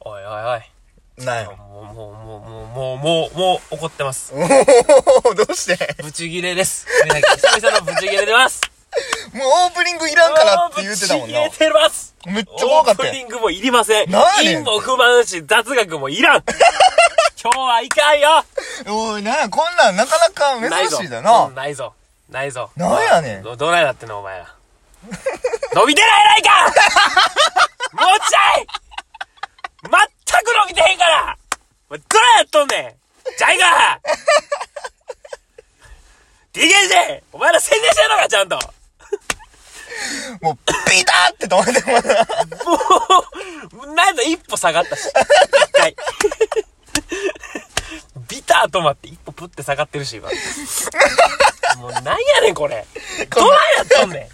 おいなんおい。よ。もう、もう、もう、もう、もう、もう、もう怒ってます。おーどうしてブチギレです。皆さん久々のブチギレ出ます。もうオープニングいらんからって言ってたもんな。ブチギレてます。めっちゃ怖かったオーよプニングもいりません。なんやねん陰も不満し、雑学もいらん。今日はいかんよ。おい、なんや、こんなんなかなか珍しいだな。ないぞ。うんないぞ。ないぞ。なんやねんど、どないなってんの、お前ら。 伸びてないやないか もうちゃい全く伸びてへんからお前どないやっとんねんじゃい か !DKJ! お前ら宣伝してんのか、ちゃんともう、ピターって止まってもらうもう、なんだ、一歩下がったし。一回。ビター止まって一歩プって下がってるし、今。もう、なんやねん、これ。どないやっとんねん。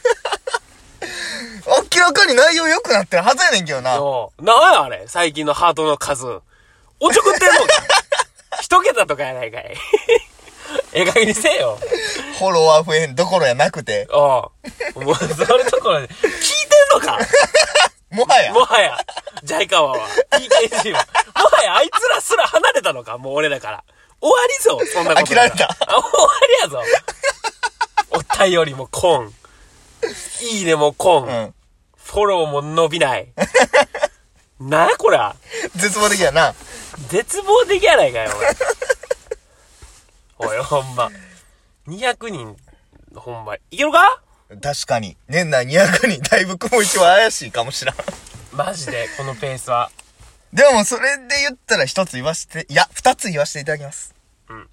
明らかに内容良くなってるはずやねんけどな。ようなんやあれ最近のハートの数。おちょくってんのか一桁とかやないかい。ええ加減にせえよ。フォロワー増えんどころやなくて。おうもう、それところで、聞いてんのかもはやも。はや、ジャイカワは、PKG は。もはや、あいつらすら離れたのかもう俺らから。終わりぞ、そんなこと。飽きられたあ、終わりやぞ。お便りもコン。いいねもコン。うん。フォローも伸びない。なあ、こら。絶望的やな。絶望的やないかよ、おい。おい、ほんま。200人、ほんま、いけるか確かに。年内200人、だいぶ雲一は怪しいかもしらん。マジで、このペースは。でも、それで言ったら一つ言わせて、いや、二つ言わせていただきます。うん。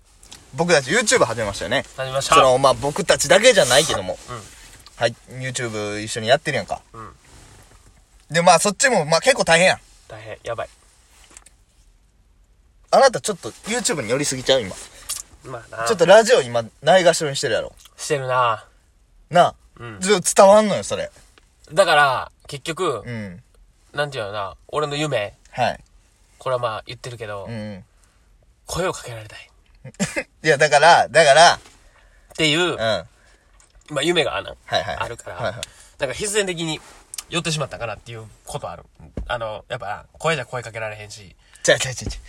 僕たち YouTube 始めましたよね。始めましそた。の、まあ、僕たちだけじゃないけども。うんはい、YouTube 一緒にやってるやんか。うんで、まあ、そっちも、まあ、結構大変やん。大変、やばい。あなたちょっと YouTube に寄りすぎちゃう今。ちまあな。ょっとラジオ今、ないがしろにしてるやろ。してるななあ。うんちょっと伝わんのよ、それ。だから、結局、うん。なんていうのかな、俺の夢、はい。これはまあ言ってるけど、うん。声をかけられたい。いや、だから、だから、っていう、うん。まあ夢があなはいはいあるから、はいはいなんか必然的に寄ってしまったかなっていうことある。あの、やっぱ、声じゃ声かけられへんし、ちゃうちゃうちゃうちゃう。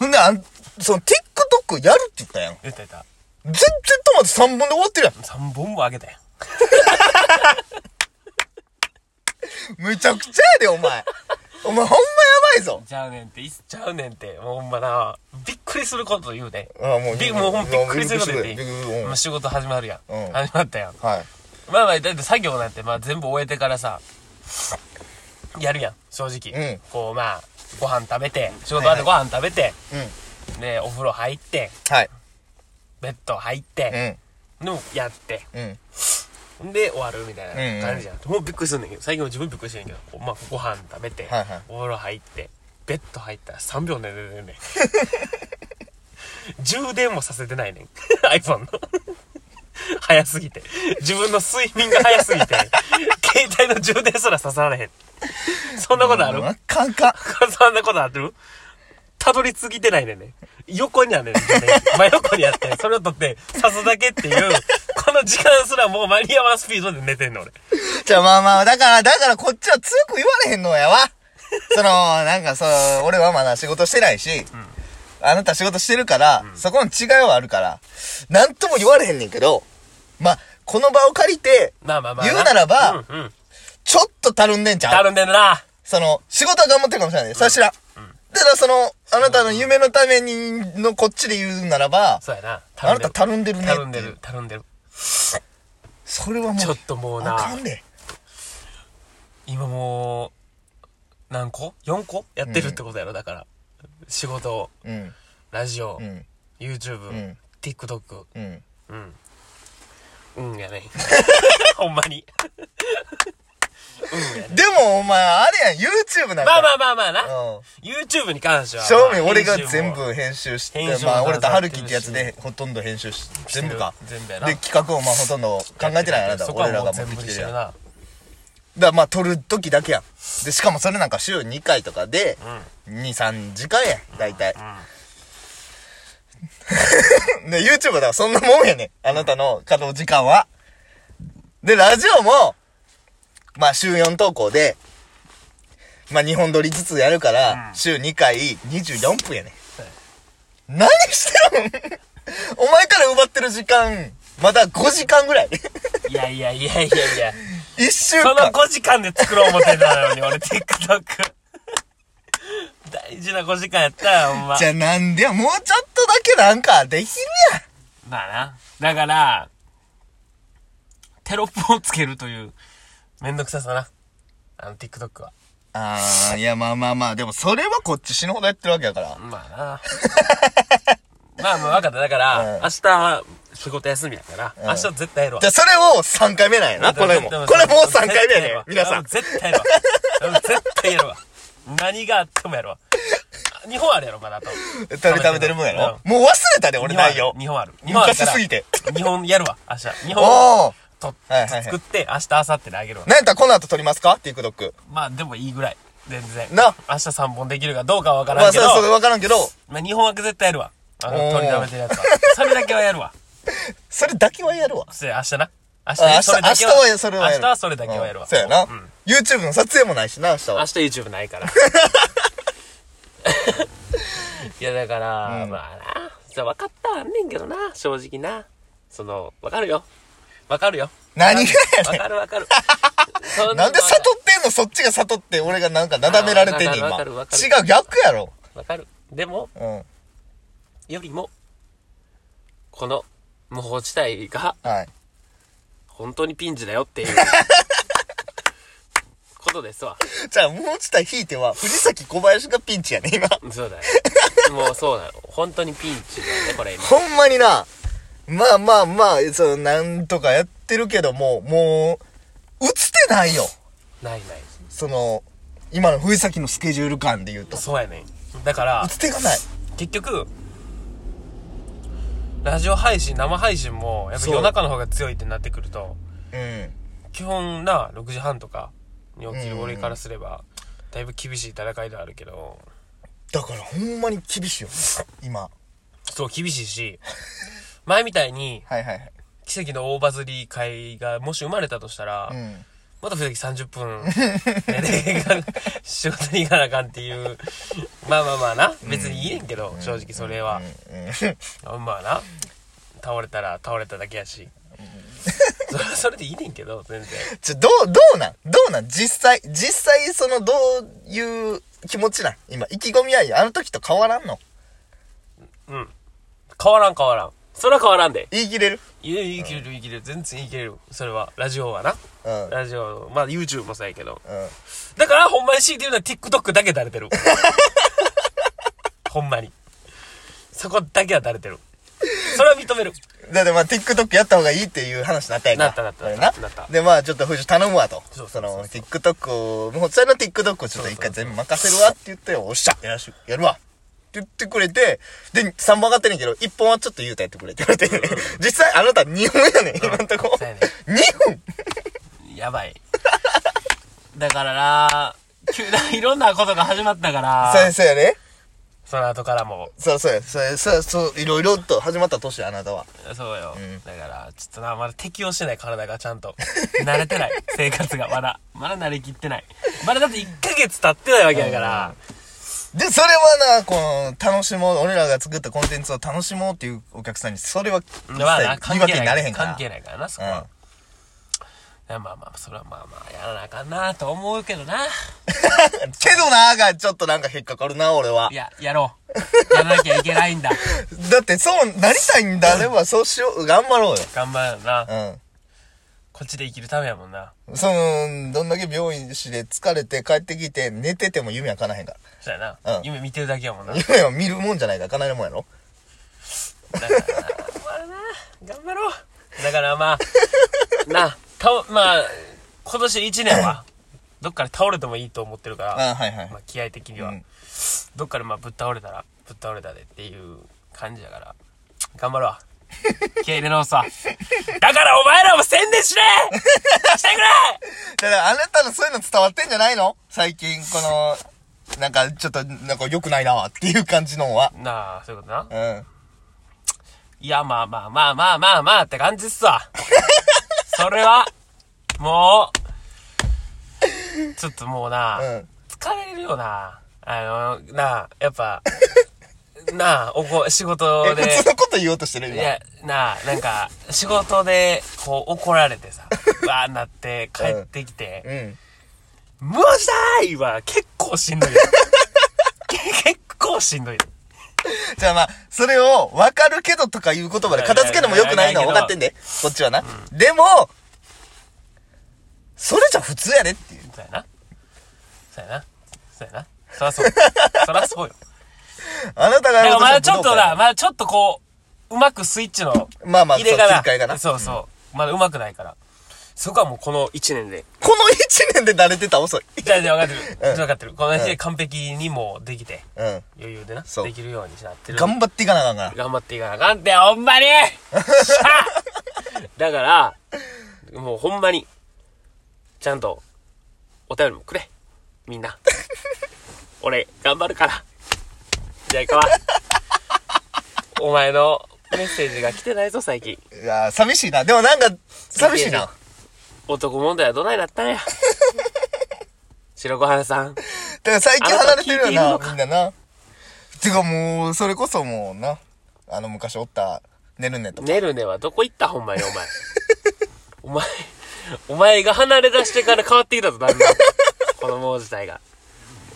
ほんで、あん、その TikTok やるって言ったやん。言ってた。全然トマト3本で終わってるや3本もあげたやん。ん。めちゃくちゃやで、お前。お前ほんまやばいぞ。ちゃうねんって、いっちゃうねんって、もうほんまな、びっくりすること言うで。あもうびもうほんまびっくりすること言っていびっくりするい。うんもう仕事始まるやん。うん始まったやん。はい。まあまあ、だって作業なんて、まあ全部終えてからさ、やるやん、正直。うんこう、まあ、ご飯食べて、仕事終わってご飯食べて、うん。で、お風呂入って、はい。ベッド入って、でもやって、うん。うん。で、終わるみたいなうんうん感じじゃん。もうびっくりするんだけど、最近も自分びっくりしてんけど、こうまあ、ご飯食べて、はいはいお風呂入って、ベッド入ったら3秒寝てるねん。 充電もさせてないねん。iPhone の。早すぎて。自分の睡眠が早すぎて、 携帯の充電すらさせられへん。そんなことあるあかんかん。そんなことあるたどり着いてないねんね。横にあんねんね。 真横にあって、それを取って刺すだけっていう、この時間すらもう間に合わんスピードで寝てんの俺。じゃあまあまあ、だから、だからこっちは強く言われへんの やわ。その、なんかそう、俺はまだ仕事してないし、あなた仕事してるから、そこの違いはあるから、なんとも言われへんねんけど、まあ、この場を借りて、まあまあまあ。言うならば、うんうん。ちょっとたるんでんちゃたうるんでんな。その、仕事は頑張ってるかもしれないで、それは知らん。ただその、あなたの夢のために、のこっちで言うならば、そうやな。あなたたるんでるねったていうるんでる。たるんでる。それはもう、ちょっともうあか、なんで。今もう、何個 ?4 個やってるってことやろ、だから。仕事、うん、ラジオう、ん、 YouTube、ん TikTok。うん。うん。うん やね。ほんまに。うんやね。でもお前、あれやん、YouTube なんか。まあまあまあまあな。うん YouTube に関しては。正味まあ俺が全。部編集し編て集、もまあ俺となさって春るし樹ってやつでほとんど編集し、して全る部か。全部やなで、企画をまあほとんど考えてないあなた、そこは俺らもがう持っ全て部きてでるしてやん。るだかな。らまあ撮る時だけやん。で、しかもそれなんか週2回とかで、2、3時間やん、大体。 ね、YouTube だからそんなもんやねん。あなたの稼働時間は。で、ラジオも、まあ週4投稿で、まあ、2本撮りずつやるから、うん週2回24分やね。何してるん お前から奪ってる時間、まだ5時間ぐらい。 いやいやいやいやいや。 1週その間。 5時間で作ろう思ってたのに、俺 TikTok。大事な5時間やったよ、ほんまじ。ゃあなんでや、もうちょっとだけなんかできるやん。まあな。だから、テロップをつけるという、めんどくささな。あの TikTok は。あ ー、いやまあまあまあ、でもそれはこっち死ぬほどやってるわけやから。ま あな。まあもう分かった。だから、うん明日は仕事休みやから、明日絶対やるわじゃ。あそれを3回目なんやな、これも。これもう3回目やね。皆さん。絶対やるわ。絶対やるわ。何があってもやるわ。日本あるやろ、まだあと。食べ食べてる分やろ、もう忘れたで、俺内容。日本ある。日本ある昔からすぎて。。日本やるわ、明日。日お本ー。とはいはいはい作って、明日、明後日であげるわ。なんやったらこの後撮りますか ?TikTok。まあでもいいぐらい。全然。な明日3本できるかどうかはわかまらんあ、けそどれ、それ分からんけど、まあ日本は絶対やるわ。あおの、ー取り食べてるやつは。それだけはやるわ。それだけはやるわ。それ明日な。明日あ明ね日、それ明だ日けはそれはや明る。日はそれだけはやるうわ。んそうやな、ん YouTube の撮影もないしな、明日明は。日 YouTube ない から。いや、だから、まあな。じゃ分かったはあんねんけどな、正直な。その、分かるよ。分かるよ。何がや分ねかる分かる。そ ん。なんで悟ってんのそっちが悟って、俺がなんかなだめられてんねあん、ーわ今。か違るうわかる、逆やろ。分かる。でも、うん。よりも、この、無法地帯が、はい。本当にピンチだよっていう、 ことですわ。じゃあ、もうちょっと引いては、藤崎小林がピンチやね、今。そうだよ。もうそうなの。本当にピンチだよね、これ今。ほんまにな、まあまあまあ、その、なんとかやってるけども、もう、映ってないよ。ないない。その、今の藤崎のスケジュール感で言うと。そうやねん。だから映、ってがない。結局、ラジオ配信、生配信も、やっぱそう夜中の方が強いってなってくると、うん。基本な、6時半とかに起きうるん俺からすれば、だいぶ厳しい戦いではあるけど、だからほんまに厳しいよね、今。そう、厳しいし、前みたいに、はいはいはい。奇跡の大バズり会がもし生まれたとしたら、うん。また藤木30分、ね、 仕事に行かなあかんっていう。まあまあまあな。別にいいねんけど、正直それは。まあな。倒れたら倒れただけやし。それそれでいいねんけど、全然。ちょ、どう、どうなんどうなん実際、実際そのどういう気持ちなん今、意気込みはいいあの時と変わらんのうん。変わらん変わらん。それは変わらんで。言い切れるいやいけるいける。全然いける。それは。ラジオはな。うん。うん。ラジオ、まあ YouTube もそうやけど。うん。だから、ほんまに強いて言うのは TikTok だけだれてる。 ほんまに。そこだけはだれてる。それは認める。だってまあ TikTok やった方がいいっていう話になったやんか。なったなったこれなったなったでまあちょっと藤頼むわと。そそうそうそうの TikTok を、もうそれの TikTok をちょっと一回全部任せるわって言ってよ、おっしゃ、やらしやるわ。って言ってくれて、で、3本上がってんねんけど、1本はちょっと言うたやってくれって言われて、実際あなた2本やねん、今んとこ。そうやね2本やばい。だからな、急ないろんなことが始まったから、そうやそうやね。その後からも。そうそうや、そうや、そうや、そう、いろいろと始まった年やあなたは。そうよ。だから、ちょっとな、まだ適応してない体がちゃ んと。慣れてない。生活がまだ。まだ慣れきってない。まだだって1ヶ月経ってないわけだから、で、それはな、この、楽しもう、俺らが作ったコンテンツを楽しもうっていうお客さんに、それは、一切まあな、言関い訳係にななれい。へんから。関係ないからな、そこうんは。いやまあまあ、それはまあまあ、やらなあかんなと思うけどな。。けどなーがちょっとなんか引っかかるな、俺はいや、やろう。やらなきゃいけない んだ。だってそう、なりたいんだあれば、そうしよう、頑張ろう頑張るよな。よ。こっちで生きるためやもんな。うん。その、どんだけ病院しで疲れて帰ってきて、寝てても夢は叶えへんかそうやうな。ん夢見てるだけやもんな。ら。夢は見るもんじゃないから、叶えるもんやろ。頑張ろう。だから まあ、な、た、まあ、今年1年は、どっかで倒れてもいいと思ってるから、あはいはいまあ、。気合的には、うんどっかでまあ、ぶっ倒れたら、ぶっ倒れたでっていう感じやから、頑張ろう。 気合入れ直すわ。だからお前らも宣伝しね してくれだからあなたのそういうの伝わってんじゃないの最近、この、なんかちょっと、なんか良くないなっていう感じのは。なあ、そういうことなう。ん。いや、まあまあまあまあまあまあって感じっす わ。それは、もう、ちょっともうな、うん。疲れるよな。あの、なあ、やっ ぱ、なあ、おこ、仕事え、で、普通のこと言おうとしてるい今。や、なあ、なん か、仕事で、こう、怒られてさ、わーなって帰ってきて、うん。無罪は結構しんどい よ。け結構しんどいよ。じゃあまあ、それを、わかるけどとかいう言葉で片付けるのも良くないのは分かってんで。こっちはな。でも、それじゃ普通やねっていう。そうやな。そうやな。そうやな。そら そう。そらそうよ。あなたがだかやるらことまだちょっ武と道会やな、まだちょっとこう、うまくスイッチのまあまあ、入そう、切れりがな。替えがな。そうそう。まだうまくないから。そこはもうこの1年で。この1年で慣れてたら遅い。じゃあじゃあ分かってる。うん分かってる。この1年で完璧にもうできて、うん。余裕でな、そうできるようになってる。頑張っていかなあかんから。頑張っていかなあかんって、ほんまに しゃあだから、もうほんまに、ちゃんと、お便りもくれ。みんな。俺、頑張るから。じゃあ行くわ。お前のメッセージが来てないぞ、最近。いやー寂しいな。でもなんか、寂しいな。男問題はどないなったんや。白子原さん。だから最近離れてるあなたは聞いよているのな、かみんなな。てかもう、それこそもうな、あの昔おった、寝るねとか。ねるねはどこ行ったほんまにお前。お前、お前が離れ出してから変わってきたぞ、だんだん。このもう自体が。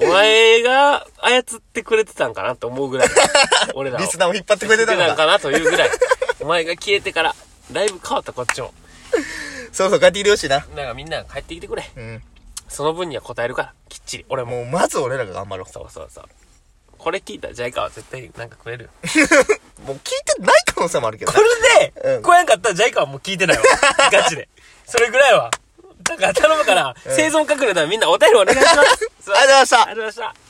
お前が操ってくれてたんかなと思うぐらい。俺らを。リスナーを引っ張ってくれてたやってのたんかか。なというぐらい。お前が消えてから、だいぶ変わったこっちも。そろそろ帰ってきてほしいな。なんかみんな帰ってきてくれ。うん。その分には答えるから、きっちり。俺も。もうまず俺らが頑張ろそうそうそう。これ聞いたジャイカは絶対なんかくれるよ。う。もう聞いてない可能性もあるけどこな。れで、うん来やんかったらジャイカはもう聞いてない わ。ガチで。それぐらいは。だから頼むから、生存確認はみんなお便りお願いします。 ありがとうございましたありがとうございました。